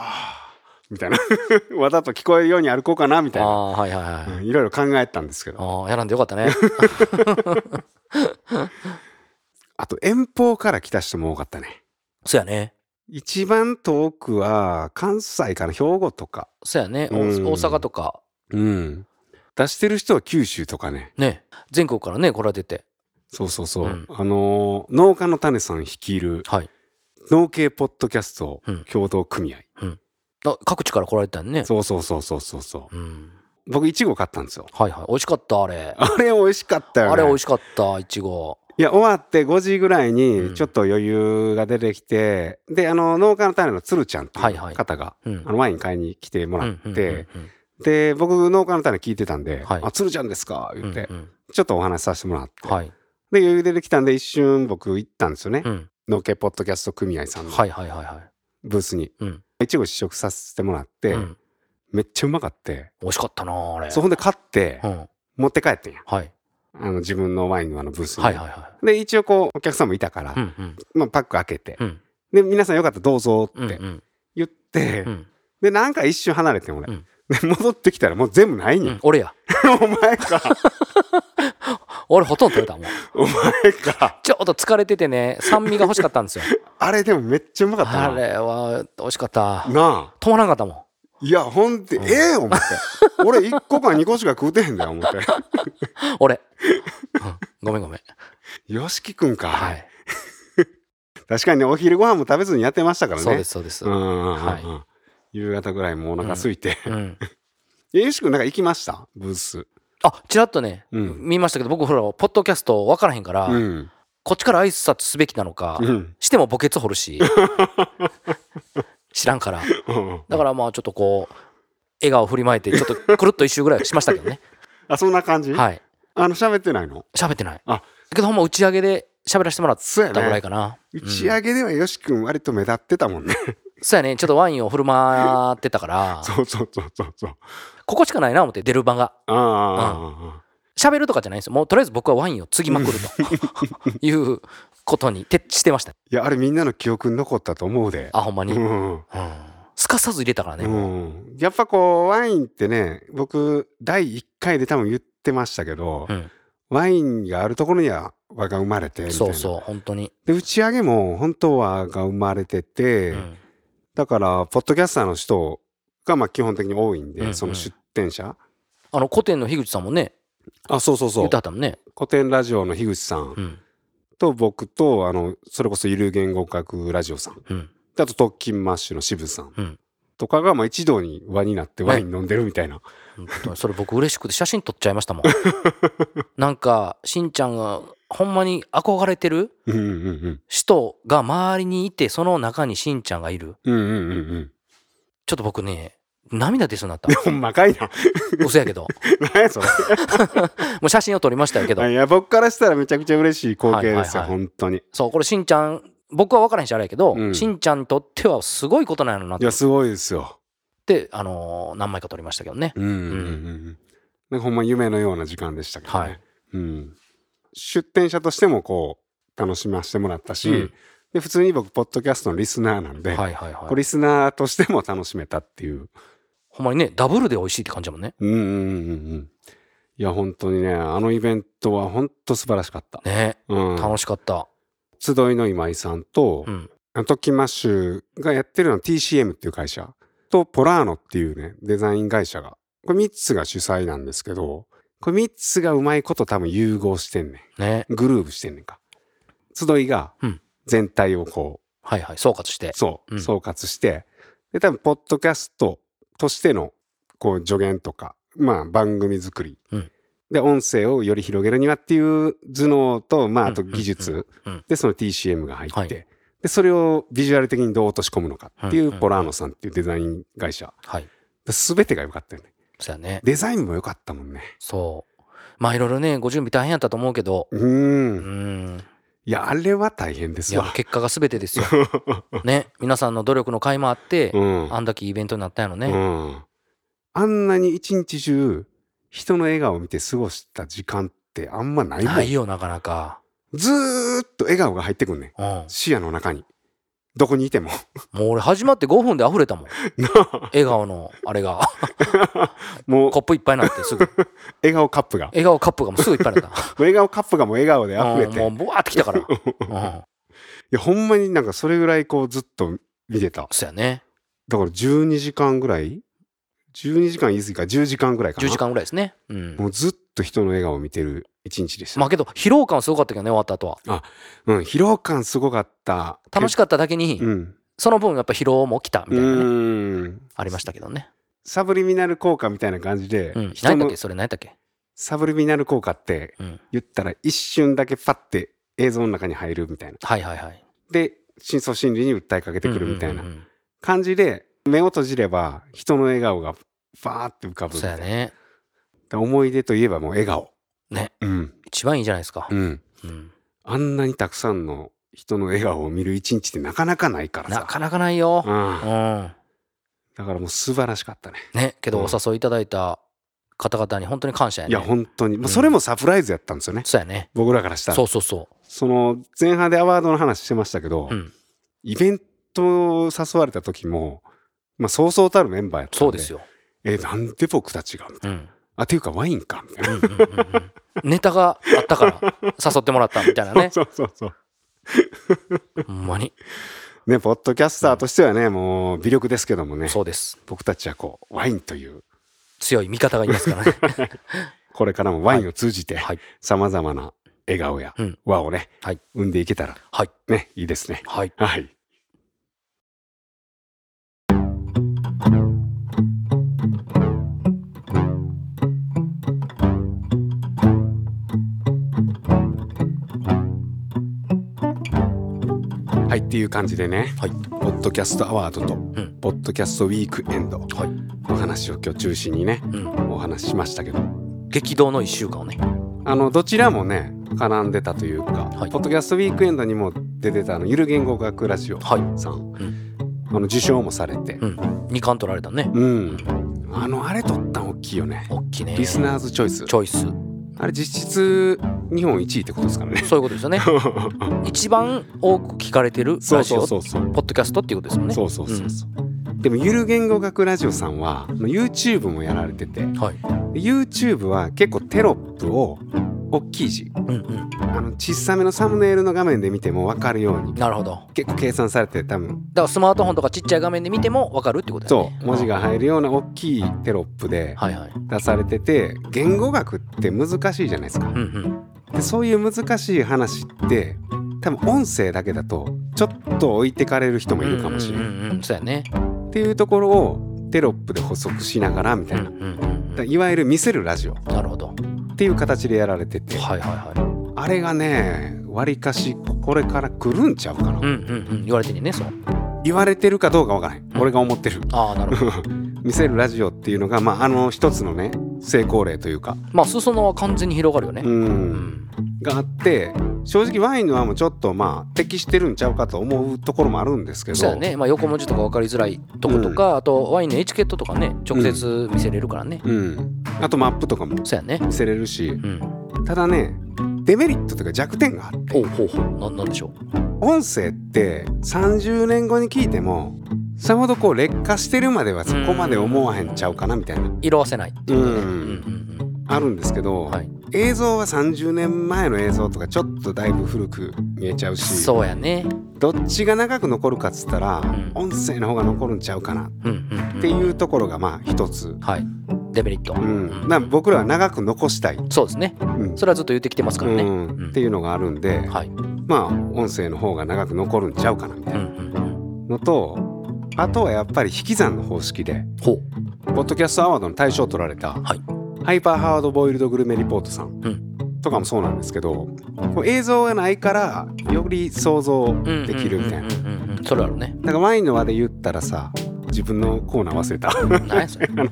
S2: みたいな わざと聞こえるように歩こうかなみたい
S3: あ
S2: な、
S3: あ、はいはいはい。
S2: うんいろいろ考えたんですけど
S3: ああ、やらんでよかったね。
S2: あと遠方から来た人も多かったね
S3: そうやね。
S2: 一番遠くは関西から兵庫とか
S3: そうやね。お
S2: うん
S3: 大阪とか、
S2: うん出してる人は九州とかね
S3: ね、全国からね、来られてて。
S2: そうそうそう。
S3: うん
S2: あのー農家の種さん率いる
S3: はい。
S2: 農系ポッドキャスト
S3: うん
S2: 共同組合。
S3: あ各地から来られてたんね。。
S2: そうそうそうそうそうそう
S3: ん。
S2: う。僕いちご買ったんですよ。
S3: はいはい。美味しかった、あれ。
S2: あれ美味しかったよね。
S3: あれ美味しかった、いちご。
S2: いや終わって5時ぐらいうに
S3: ん
S2: ちょっと余裕が出てきて、であの農家の種のつるちゃんって
S3: はいいは
S2: う
S3: い
S2: 方が、
S3: うん
S2: あのワイン買いに来ても
S3: う
S2: ら
S3: ん
S2: っ
S3: うんうん
S2: て、で僕農家の種聞いてたんで「
S3: はい
S2: あつるちゃんですか」
S3: うんう
S2: 言
S3: ん
S2: って、
S3: うん
S2: ちょっとお話しさせてもらって、
S3: うんはい。
S2: で余裕出てきたんで一瞬僕行ったんですよね、
S3: うん
S2: 農系ポッドキャスト組合さんの
S3: はいはいはいはい。
S2: ブースに、
S3: うん
S2: いちご試食させてもらって、
S3: うん
S2: めっちゃうまかって
S3: 美味しかったなあれ
S2: そうほんで買って
S3: うんはい
S2: 持って帰ってんや
S3: はい
S2: あの自分のワインのあのブースに、
S3: はいは
S2: で一応こうお客さんもいたから、
S3: いうんうん
S2: まあ、パック開けて、
S3: うん
S2: で皆さんよかったらどうぞ
S3: うんう
S2: って
S3: ん
S2: 言って、
S3: うん
S2: でなんか一瞬離れてん俺、
S3: うん
S2: で戻ってきたらもう全部ないね、
S3: うん ん俺や
S2: お前か
S3: 俺ほとんど取れたもん
S2: お前か
S3: ちょっと疲れててね酸味が欲しかったんですよ
S2: あれでもめっちゃうまかった
S3: あ
S2: な
S3: れは美味しかった
S2: なあ
S3: 止まらなかったもん
S2: いやほんで、
S3: うん
S2: ええ思って俺1個か2個しか食うてへんだよ思 って
S3: 俺うんごめんごめん
S2: よしきくんか、
S3: はい
S2: 確かにねお昼ご飯も食べずにやってましたからね
S3: そうですそうです
S2: うんうんうんうん
S3: は
S2: 夕方ぐらいもうお腹空いて、
S3: うん
S2: えよしくんなんか行きましたブース
S3: あちらっとね
S2: うん
S3: 見ましたけど僕ほらポッドキャスト分からへんから
S2: うん
S3: こっちから挨拶すべきなのか
S2: うん
S3: しても墓穴掘るし 知らんから
S2: うん
S3: だからまあちょっとこう笑顔振りまいてちょっとくるっと一周ぐらいしましたけ どね
S2: あそんな感じ、
S3: はい
S2: あの喋ってないの
S3: 喋ってない
S2: あ
S3: けどほんま打ち上げで喋らせてもらっ
S2: そう
S3: た
S2: や
S3: ぐらい
S2: ね
S3: かな
S2: 打ち上げではよしくん割と目立ってたもん ね、
S3: そうやねちょっとワインを振る舞ってたから
S2: そうそうそうそうそう
S3: ここしかないな思って出る番が
S2: ああ
S3: 喋るとかじゃないんですよもうとりあえず僕はワインを継ぎまくると いうことに徹してました
S2: いやあれみんなの記憶に残ったと思うで
S3: あほんまに、
S2: う
S3: うん
S2: ん
S3: すかさず入れたからね、
S2: うん、やっぱこうワインってね僕第1回で多分言ってましたけど、
S3: うん
S2: ワインがあるところには和が生まれてみたいな
S3: そうそう本当に、
S2: で打ち上げも本当は和が生まれてて、
S3: うん
S2: だからポッドキャスターの人がまあ基本的に多いんで、
S3: うんうん
S2: その出展者
S3: あの古典の樋口さんもね
S2: あそうそうそう
S3: 言ってはったもんね、
S2: 古典ラジオの樋口さん
S3: うん
S2: と僕とあのそれこそゆる言語学ラジオさん
S3: うん
S2: であと特勤マッシュの渋さん
S3: うん
S2: とかがまあ一堂に輪になってワイン飲んでるみたいな、
S3: 本当にそれ僕嬉しくて写真撮っちゃいまし たもんなんかしんちゃんがほんまに憧れてる
S2: うんうんうん
S3: 人が周りにいてその中にしんちゃんがいる
S2: うんうんうんうん
S3: ちょっと僕ね涙出そうに なった
S2: ほんまかいな
S3: 嘘やけど
S2: 何やそれ
S3: もう写真を撮りましたけど
S2: いや僕からしたらめちゃくちゃ嬉しい光景ですよ、
S3: はいはいは
S2: 本当に
S3: そうこれしんちゃん僕は分からへんしあれやけど、
S2: うん
S3: しんちゃんにとってはすごいことなのなっ
S2: いやすごいですよ
S3: て、あのー何枚か撮りましたけどね、
S2: うんうんうんうんなんかほんま夢のような時間でしたけどね、
S3: はい
S2: うん、出展者としてもこう楽しませてもらったし、
S3: うん
S2: で普通に僕ポッドキャストのリスナーなんで、
S3: はいはいは
S2: こう
S3: い
S2: リスナーとしても楽しめたっていう
S3: ほんまにねダブルで美味しいって感じだもんね
S2: うんうんうんうんいや本当にねあのイベントは本当素晴らしかった、
S3: ね
S2: うん、
S3: 楽しかった、
S2: 集いの今井さんと、
S3: うん
S2: あのトキマッシュがやってるのは TCM っていう会社とポラーノっていうねデザイン会社がこれ3つが主催なんですけどこれ3つがうまいこと多分融合してんね
S3: ね
S2: んグルーブしてんねんか集いが
S3: うん
S2: 全体をこ
S3: はいはい総括し
S2: う
S3: て
S2: そう、
S3: うん
S2: 総括してで多分ポッドキャストとしてのこう助言とかまあ番組作り、
S3: うん
S2: で音声をより広げるにはっていう頭脳とまああと技術、
S3: うんうんうんうん
S2: でその TCM が入って、
S3: はい
S2: でそれをビジュアル的にどう落とし込むのかってい
S3: うん
S2: う
S3: うん
S2: ポラーノさんっていうデザイン会社
S3: はい
S2: 全てが良かったよね
S3: そうやね
S2: デザインも良かったもんね
S3: そうまあいろいろねご準備大変やったと思うけど
S2: うー
S3: うんん
S2: いやあれは大変で
S3: い
S2: す
S3: や
S2: わ
S3: 結果が全て ですよね皆さんの努力の甲斐もあって、
S2: うん
S3: あんだけイベントになったんやろね、
S2: うんあんなに一日中人の笑顔を見て過ごした時間ってあんまないもん
S3: ないよなかなか、
S2: ずーっと笑顔が入ってくんね
S3: うん、も
S2: 視野の中にどこにい ても
S3: う俺始まって5分で溢れたもん
S2: なあ
S3: 笑顔のあれが
S2: もう
S3: コップいっぱいになってすぐ
S2: 笑顔カップがも
S3: 笑顔カップがもうすぐいっぱいになった
S2: う笑顔カップがもう笑顔で溢れ
S3: うん
S2: て
S3: もうブワーってきた から、うん、
S2: いやほんまになんかそれぐらいこうずっと見てた
S3: そうやね
S2: だから12時間ぐらい12時間言い過ぎか10時間ぐらいかな
S3: 10時間ぐらいですねうん
S2: もうずっと人の笑顔を見てる一日でした、
S3: まあけど疲労感すごかったけどね終わった後は
S2: うん疲労感すごかった
S3: 楽しかっただけに、
S2: うん
S3: その分やっぱ疲労もきたみ
S2: う
S3: たいなね、
S2: ん
S3: ありましたけどね、
S2: サブリミナル効果みたいな感じで、
S3: うん、
S2: 人
S3: 何だっ
S2: の
S3: けそれ何やったっけ、
S2: サブリミナル効果って
S3: うん、
S2: 言ったら一瞬だけパッて映像の中に入るみたいな
S3: はいはいはい
S2: で深層心理に訴えかけてくるみたいな
S3: うんうんうんうん
S2: 感じで目を閉じれば人の笑顔がファーって浮かぶみ
S3: そう
S2: た
S3: や
S2: いな
S3: ね
S2: で思い出といえばもう笑顔
S3: ね
S2: うん
S3: 一番いいじゃないですか
S2: う、ん
S3: うん、
S2: あんなにたくさんの人の笑顔を見る一日ってなかなかないから
S3: な
S2: さ
S3: かなかないよ、
S2: うん
S3: うん、
S2: だからもう素晴らしかったね
S3: ねけど
S2: うん
S3: お誘いいただいた方々に本当に感謝や
S2: い
S3: ね
S2: や本当に、ま
S3: う
S2: あ、
S3: ん
S2: それもサプライズやったんですよね、
S3: そうやね
S2: 僕らからしたら
S3: そ
S2: そう
S3: そうそ
S2: の前半でアワードの話してましたけど、
S3: ううん
S2: イベントを誘われた時も、まあ、そうそうたるメンバーやったんで
S3: そうですよ
S2: えなんで僕たちがみたいな
S3: うん
S2: あっていうかワインかみたいな
S3: うんうんうんうんネタがあったから誘ってもらったみたい なね
S2: そうそうそう
S3: ほんまに
S2: ねポッドキャスターとしてはね、もう微力ですけどもね
S3: そうです
S2: 僕たちはこうワインという
S3: 強い味方がいますから ね
S2: これからもワインを通じて
S3: はい
S2: さまざまな笑顔や
S3: うん
S2: 和をね、
S3: はい
S2: 生んでいけたら
S3: はい
S2: ねいいですね
S3: はい
S2: はいはいっていう感じでね、
S3: はい
S2: ポッドキャストアワードと、
S3: ん
S2: ポッドキャストウィークエンド
S3: はい
S2: の話を今日中心にね
S3: うん
S2: お話ししましたけど
S3: 激動の1週間をね
S2: あのどちらもね絡んでたというか、
S3: はい
S2: ポッドキャストウィークエンドにも出てたあのゆる言語学ラジオ
S3: はい
S2: さん、
S3: う
S2: あの受賞もされて、
S3: うん2冠取られたね
S2: うん、あのあれ取ったん大きいよね
S3: 大きいね
S2: リスナーズチョイス
S3: チョイス
S2: あれ実質日本1位ってことですからね
S3: そういうことで すよね一番多く聞かれてる
S2: そ
S3: ラ
S2: う
S3: ジ
S2: そ
S3: オ
S2: うそうそう
S3: ポッドキャストっていうことですもんね
S2: そうそうそうそうでもゆる言語学ラジオさんはあの YouTube もやられてて
S3: はい
S2: YouTube は結構テロップを大きい字
S3: うんうん
S2: あの小さめのサムネイルの画面で見ても分かるように
S3: なるほどだか
S2: 結構計算されて多分
S3: らスマートフォンとかちっちゃい画面で見ても分かるってことだよ
S2: そ
S3: ね
S2: う文字が入るような大きいテロップで
S3: はいはい
S2: 出されてて言語学って難しいじゃないですか
S3: うん。うん
S2: でそういう難しい話って多分音声だけだとちょっと置いてかれる人もいるかもしれ
S3: う
S2: ない
S3: んうんうんそうやね
S2: っていうところをテロップで補足しながらみた
S3: う
S2: い
S3: んう
S2: な。だ
S3: んう
S2: から
S3: ん
S2: いわゆる見せるラジオっ
S3: なるほど
S2: ていう形でやられてて
S3: はいはいは
S2: あれがねわりかしこれから来るんちゃうか
S3: いうん
S2: な
S3: うんうん言われてるねそう
S2: 言われてるかどうかわからない
S3: ん
S2: 俺が思ってる
S3: ああなる ほど
S2: 見せるラジオっていうのが、まあ、あの一つのね成功例というか
S3: まあ裾野は完全に広がるよね
S2: うん
S3: うん
S2: があって正直ワインのはもちょっとまあ適してるんちゃうかと思うところもあるんですけど
S3: そうやねまあ横文字とか分かりづらいとことかあとワインのエチケットとかね直接見せれるからね
S2: うん、あとマップとかも
S3: そうやね
S2: 見せれるし
S3: うん
S2: ただねデメリットというか弱点があって
S3: ほうほうほうななんでしょ
S2: 音声って30年後に聞いてもさほどこう劣化してるまではそこまで思わへんちゃうかなみたいな
S3: う色あせない
S2: うん、
S3: うんうん
S2: あるんですけど、
S3: うんはい
S2: 映像は30年前の映像とかちょっとだいぶ古く見えちゃうし
S3: そうやね
S2: どっちが長く残るかっつったら、
S3: ん
S2: 音声の方が残るんちゃうかな
S3: うんうんうん
S2: っていうところがまあ一つ、
S3: はいデメリット
S2: うん、な僕らは長く残したい、う
S3: そうですね
S2: ん
S3: それはずっと言ってきてますから
S2: う
S3: ね
S2: んっていうのがあるんで、
S3: はい
S2: まあ音声の方が長く残るんちゃうかなみたい
S3: うんう
S2: なん
S3: うん
S2: のとあとはやっぱり引き算の方式で
S3: ほう
S2: ポッドキャストアワードの大賞を取られた、
S3: はい
S2: ハイパーハードボイルドグルメリポートさん、
S3: う
S2: とかもそうなんですけどこう映像がないからより想像できるみたいな。
S3: うんうんうんうんうんそれあるね
S2: だからワインの輪で言ったらさ自分のコーナー忘れた 食
S3: 何やそれ
S2: べ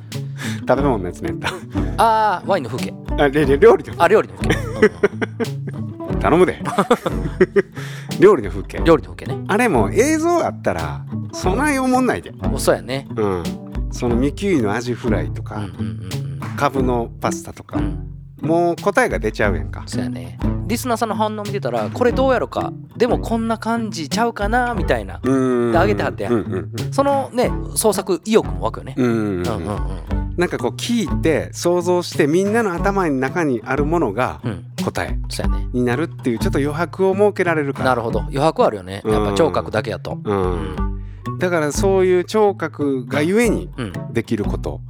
S2: 物のやつね
S3: ああワインの風景
S2: あれれ料理の
S3: あ料理の風景
S2: 頼むで 料理の風景
S3: 料理の風景ね
S2: あれも映像あったらそないおもんないで
S3: おそうやね
S2: うんそのミキュイのアジフライと
S3: うん
S2: か、
S3: うんうん
S2: カブのパスタと
S3: う
S2: か
S3: んうん
S2: もう答えが出ちゃうやんか
S3: そうやねリスナーさんの反応見てたらこれどうやろかでもこんな感じちゃうかなみたいな
S2: うん
S3: であげてはってやん
S2: うんうん
S3: そのね創作意欲も湧くよね
S2: うんうんうん
S3: うんうんうん
S2: なんかこう聞いて想像してみんなの頭の中にあるものが
S3: うん
S2: 答え
S3: そうやね
S2: になるっていうちょっと余白を設けられるから
S3: なるほど余白あるよねやっぱ聴覚だけやと
S2: うん、だからそういう聴覚がゆえに
S3: うん
S2: できること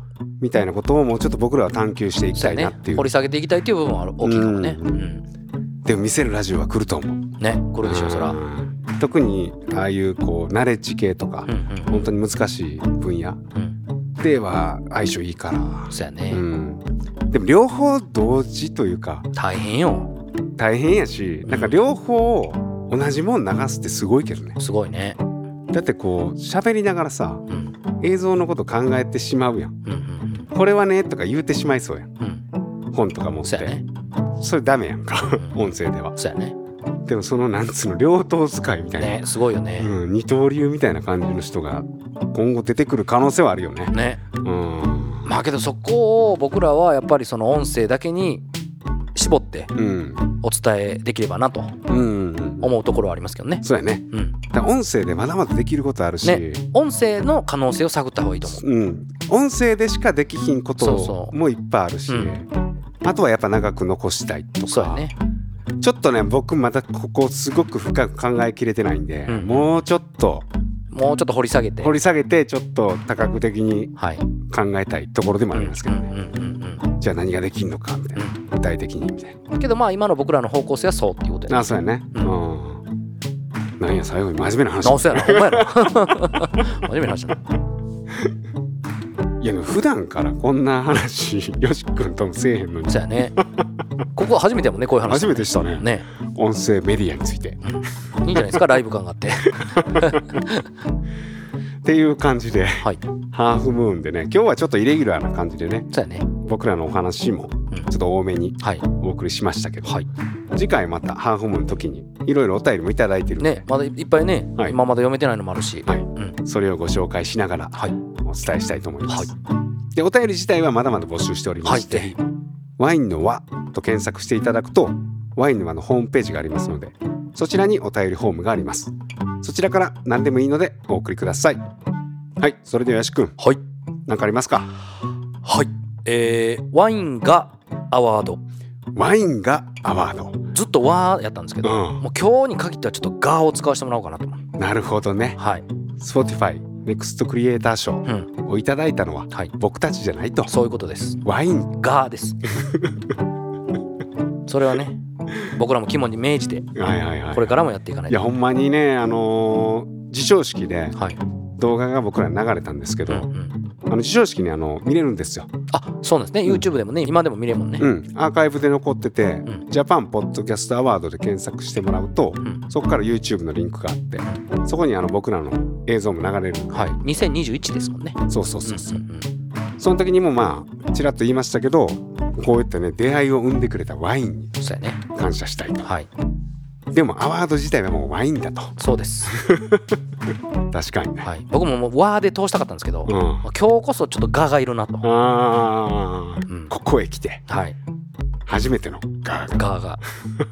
S2: みたいなことをもうちょっと僕らは探求していき
S3: そ
S2: た
S3: う
S2: いな
S3: やね
S2: っていう
S3: 掘り下げていきたいっていう部分はある大きいかもね
S2: うん
S3: うん
S2: でも見せるラジオは来ると思う
S3: ねこれでしょそら
S2: うん特にああいうこうナレッジ系とか
S3: うんう、ん
S2: 本当に難しい分野
S3: うん
S2: では相性いいから、
S3: そうや
S2: う
S3: ね
S2: ん、でも両方同時というか
S3: 大変よ
S2: 大変やしなんか両方を同じもん流すってすごいけどね
S3: すごいね
S2: だってこう喋りながらさ
S3: うん
S2: 映像のこと考えてしまうやん
S3: うんうん
S2: これはねとか言うてしまいそうやん
S3: うんうん
S2: 本とか持って
S3: そうやね
S2: それダメやんか
S3: うん
S2: 音声では
S3: そうやね
S2: でもそのなんつうの両刀使いみたいな、
S3: ねすごいよね、
S2: うん、二刀流みたいな感じの人が今後出てくる可能性はあるよね。
S3: ね
S2: うん、
S3: まあけどそこを僕らはやっぱりその音声だけに絞って
S2: うん、
S3: お伝えできればなと
S2: うん、
S3: 思うところはありますけどね、
S2: そうやね。
S3: うん、
S2: だから音声でまだまだできることあるし、
S3: ね音声の可能性を探った方がいいと思
S2: うん、音声でしかできひんこ
S3: そう
S2: と
S3: そう
S2: もいっぱいあるし、
S3: うん
S2: あとはやっぱ長く残したいとか
S3: うそうやね
S2: ちょっとね僕まだここすごく深く考えきれてないんで、
S3: うん
S2: もうちょっと
S3: もうちょっと掘り下げて
S2: 掘り下げてちょっと多角的に
S3: はい
S2: 考えたいところでもありますけどね、
S3: うんうんうん
S2: じゃあ何ができんのかみたいな具体的にみたい
S3: うんけどまあ今の僕らの方向性はそうっていうことや
S2: な
S3: ね
S2: あそうやね
S3: う
S2: うん、なんや最後に真面目な話
S3: 直せやなほんまやな 真面目な話だない
S2: やでも普段からこんな話 よし君ともせえへんのに
S3: そうやねここは初めてやもんねこういう話
S2: 初めてしたね
S3: ね
S2: 音声メディアについて
S3: いいんじゃないですかライブ感があって
S2: っていう感じで
S3: はいそ
S2: ハーフムーンでね今日はちょっとイレギュラーな感じでね
S3: うやね
S2: 僕らのお話も
S3: うん
S2: ちょっと多めに
S3: はい
S2: お送りしましたけど、
S3: はい
S2: 次回またハーフムーンの時にいろいろお便りもいただいてるので、
S3: ねまだいっぱいね、
S2: はい
S3: 今まだ読めてないのもあるし、
S2: はい
S3: うん
S2: それをご紹介しながら
S3: はい
S2: お伝えしたいと思いま
S3: は
S2: す、でお便り自体はまだまだ募集しておりま
S3: はい
S2: して、
S3: ぜひ
S2: ワインの輪と検索していただくとワインの輪のホームページがありますのでそちらにお便りフォームがありますそちらから何でもいいのでお送りくださいはいそれではやしくん
S3: はい
S2: 何かありますか
S3: はいえー、ワインがアワード
S2: ワインがアワード
S3: ずっとワーやったんですけど、
S2: うん
S3: もう今日に限ってはちょっとガーを使わせてもらおうかなと思う
S2: なるほどね
S3: はい、
S2: Spotify ネクストクリエイター賞
S3: うん、
S2: をいただいたのは
S3: はい
S2: 僕たちじゃないと
S3: そういうことです
S2: ワイン
S3: ガーです それはね僕らも肝に銘じて
S2: はいはいはい
S3: これからもやっていかない
S2: いや
S3: と
S2: ほんまにねあのー授賞式で
S3: はい、
S2: 動画が僕らに流れたんですけ
S3: う
S2: ど、
S3: んうん、
S2: あの授賞式にあの見れるんですよ、
S3: あそうなんですね、
S2: うん
S3: YouTube でもね今でも見れるもんね、
S2: うん、アーカイブで残ってて、
S3: ん
S2: ジャパンポッドキャストアワードで検索してもらうと
S3: うん
S2: そこから YouTube のリンクがあってそこにあの僕らの映像も流れる
S3: はい、2021ですもんね
S2: そうそうそうそう、
S3: うんうんうん
S2: その時にもまあちらっと言いましたけどこういったね出会いを生んでくれたワインに
S3: そうやね
S2: 感謝したいと
S3: はい
S2: でもアワード自体はもうワインだと
S3: そうです、
S2: 確かにね、
S3: はい、僕ももうワーで通したかったんですけど、
S2: うん
S3: まあ今日こそちょっとガーがいるなと、
S2: あー
S3: うん
S2: ここへ来て
S3: はい
S2: 初めてのガーが
S3: ガーが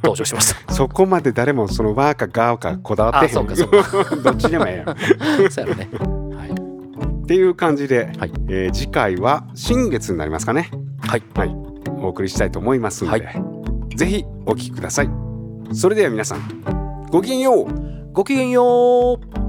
S3: 登場し ました
S2: そこまで誰もそのワーかガーかこだわってへん
S3: あそうかそうか
S2: どっちでもええやん
S3: そうやろね、はい、
S2: っていう感じで、
S3: はい
S2: えー次回は新月になりますかね
S3: はい
S2: はいお送りしたいと思いますので、
S3: は
S2: ぜひお聞きくださいそれでは皆さんごきげんよう
S3: ごきげんよう